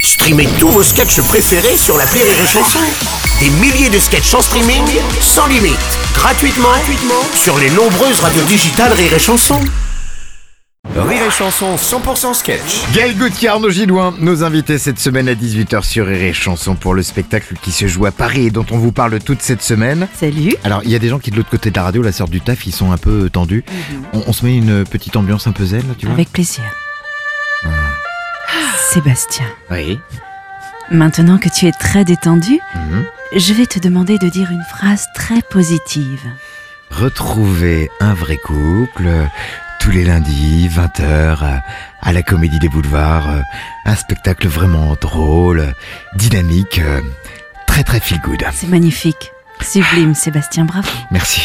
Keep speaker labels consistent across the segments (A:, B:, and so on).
A: Streamez tous vos sketchs préférés sur la Rire et Chanson. Des milliers de sketchs en streaming, sans limite, gratuitement, gratuitement sur les nombreuses radios digitales Rire et Chanson. Rire et Chanson 100% sketch.
B: Gaël Gauthier, Arnaud Gilloin, nos invités cette semaine à 18h sur Rire et Chanson pour le spectacle qui se joue à Paris et dont on vous parle toute cette semaine.
C: Salut.
B: Alors, il y a des gens qui de l'autre côté de la radio, la sortent du taf, ils sont un peu tendus. On, on se met une petite ambiance un peu zen, là, tu vois
C: Avec plaisir.
B: Ah.
C: Sébastien,
B: Oui.
C: maintenant que tu es très détendu,
B: Mhm.
C: je vais te demander de dire une phrase très positive.
B: Retrouver un vrai couple euh, tous les lundis, 20h, euh, à la Comédie des Boulevards. euh, Un spectacle vraiment drôle, euh, dynamique, euh, très très feel good.
C: C'est magnifique.
B: Ah.
C: Sublime, Sébastien, bravo.
B: Merci.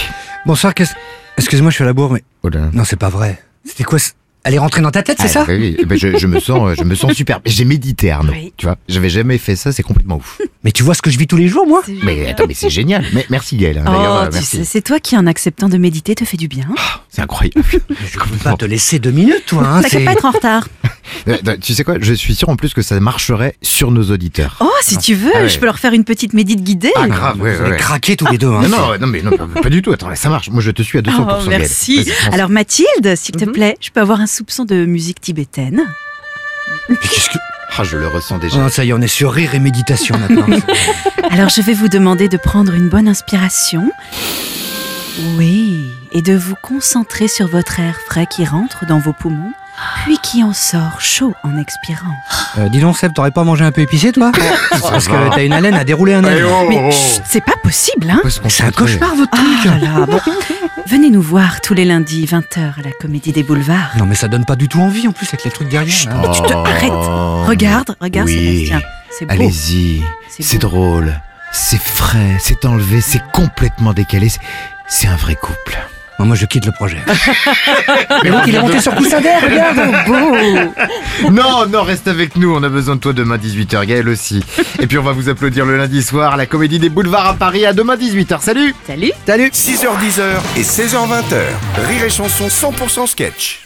D: Bonsoir, qu'est-ce... Excuse-moi, je suis à la bourre, mais...
B: Oh là là.
D: Non, c'est pas vrai. C'était quoi ce- Elle est rentrée dans ta tête, c'est
B: Ah,
D: ça
B: oui, oui. Eh ben, je, je me sens, euh, je me sens superbe. J'ai médité, Arnaud.
C: Oui.
B: Tu vois, j'avais jamais fait ça. C'est complètement ouf.
D: Mais tu vois ce que je vis tous les jours, moi
B: Mais attends, mais c'est génial. Mais merci Gaël. hein. D'ailleurs,
C: Oh,
B: euh,
C: tu sais,
B: merci.
C: c'est toi qui, en acceptant de méditer, te fais du bien.
B: C'est incroyable.
D: Je peux pas te laisser deux minutes, toi.
B: Ah,
D: Hein,
C: T'as qu'à
D: c'est-
C: pas être en retard.
B: Euh, euh, tu sais quoi Je suis sûr en plus que ça marcherait sur nos auditeurs.
C: Oh, si tu veux,
B: Ah ouais.
C: je peux leur faire une petite médite guidée.
B: Ah grave, ouais,
D: Vous
B: ouais,
D: allez
B: ouais.
D: craquer tous les deux. Hein,
B: Non, non,
D: c'est-
B: non, mais non, pas pas du tout. Attends, là, ça marche. Moi, je te suis à 200%.
C: Oh,
B: Gaël.
C: merci.
B: Vas-y, fonce.
C: Alors, Mathilde, s'il
B: Mm-hmm.
C: te plaît, je peux avoir un soupçon de musique tibétaine
D: Mais qu'est-ce que...
B: Ah, je le ressens déjà.
D: Oh, ça y est, on est sur rire et méditation maintenant.
C: Alors je vais vous demander de prendre une bonne inspiration. Oui, et de vous concentrer sur votre air frais qui rentre dans vos poumons, puis qui en sort chaud en expirant.
D: Euh, dis donc, Seb, t'aurais pas mangé un peu épicé, toi Parce que t'as une haleine à dérouler un
B: Eh
D: âne.
B: oh,
C: Mais
B: oh.
C: chut, c'est pas possible, hein
B: Faut se
D: C'est un
B: concentrer.
D: cauchemar, votre
C: Ah
D: truc
C: là là, bon. Venez nous voir tous les lundis 20h à la Comédie des Boulevards.
D: Non, mais ça donne pas du tout envie, en plus, avec les trucs derrière. là.
C: Mais tu te
B: Oh.
C: arrêtes. Regarde, regarde
B: Oui.
C: Sébastien. C'est beau.
B: Allez-y.
C: C'est
B: C'est
C: beau.
B: drôle. C'est frais. C'est enlevé. C'est complètement décalé. c'est- C'est un vrai couple.
D: Non, moi, je quitte le projet. mais donc, il est monté sur coussin d'air, regarde
B: Non, non, reste avec nous, on a besoin de toi demain 18h, Gaël aussi. Et puis on va vous applaudir le lundi soir à la Comédie des Boulevards à Paris à demain 18h. Salut
C: Salut
D: Salut
A: 6h10 et 16h20. Rire et Chanson 100% sketch.